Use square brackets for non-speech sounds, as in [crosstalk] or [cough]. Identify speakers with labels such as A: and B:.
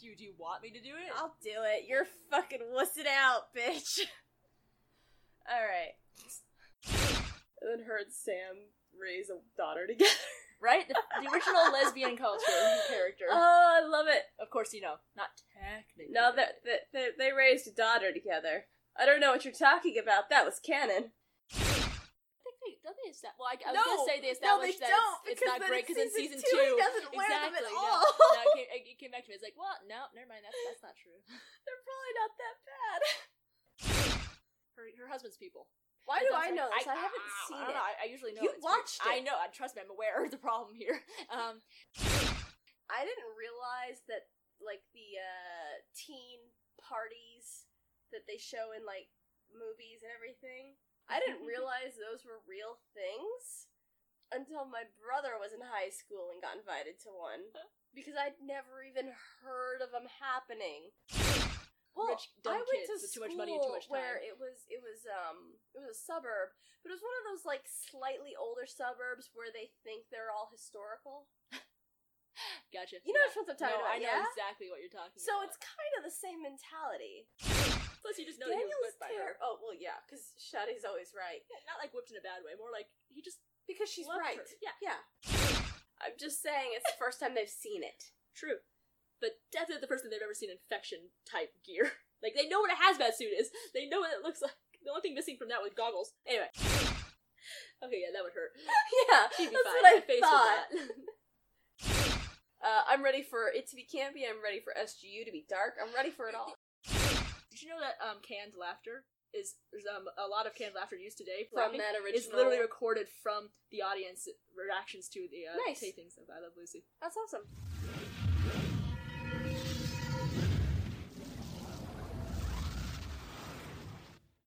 A: do. Do you want me to do it?
B: I'll [laughs] do it. You're fucking wuss it out, bitch. [laughs] All right.
C: And then her and Sam raise a daughter together.
B: [laughs]
A: right? The, the original lesbian culture [laughs] character.
B: Oh, I love it.
A: of course, you know, not technically.
B: No, they, they, they, they raised a daughter together. I don't know what you're talking about. That was canon.
A: I think they, don't they esta- Well, I, I was
C: No,
A: gonna say they
C: no, they
A: established that
C: don't,
A: it's, it's
C: because
A: not
C: then
A: great
C: in
A: in
C: season
A: season
C: two he doesn't wear them at
A: exactly, no, [laughs]
C: all. [laughs]
A: no, it, came, it came back to me. It's like, well, no, never mind. That's that's not true. [laughs]
C: They're probably not that bad.
A: Her her husband's people.
C: Why
A: It
C: do
A: sounds
C: I know
A: like-
C: this? I, haven't
A: I
C: seen
A: don't
C: it.
A: know, I, I usually know.
C: You
A: it's weird.
C: watched it.
A: I know. I trust me. I'm aware of the problem here. [laughs] Um,
B: I didn't realize that like the uh teen parties that they show in like movies and everything. I
A: [laughs]
B: didn't realize those were real things until my brother was in high school and got invited to one because I'd never even heard of them happening. Well,
A: Rich, dumb
B: I went
A: kids
B: to
A: with
B: school
A: too much money and too much time.
B: where it was it was um it was a suburb, but it was one of those like slightly older suburbs where they think they're all historical.
A: gotcha.
B: You
A: Yeah.
B: know which ones I'm talking
A: no,
B: about,
A: I know
B: yeah?
A: exactly what you're talking
B: So
A: about.
B: it's kind of the same mentality.
A: plus you just know that he was
B: Daniel's
A: whipped by her.
B: terror. Oh well, yeah, because Shadi's always right
A: [laughs] Not like whipped in a bad way. More like he just
B: because she's
A: loved
B: right.
A: her. Yeah,
B: Yeah. I'm just saying, it's the first time they've seen it.
A: true. But definitely the first thing they've ever seen infection type gear. [laughs] Like they know what a hazmat suit is. They know what it looks like. The only thing missing from that was goggles. Anyway. [laughs] Okay, yeah, that would hurt.
B: [laughs] yeah,
A: She'd be
B: that's
A: fine.
B: what I
A: My face
B: thought.
A: will not. [laughs]
B: Uh, I'm ready for it to be campy. I'm ready for SGU to be dark. I'm ready for it all.
A: Did you know that um, canned laughter is there's um, a lot of canned laughter used today
B: From
A: laughing
B: that original,
A: is literally recorded from the audience reactions to the uh,
B: Nice.
A: tapings of I Love Lucy.
B: that's awesome.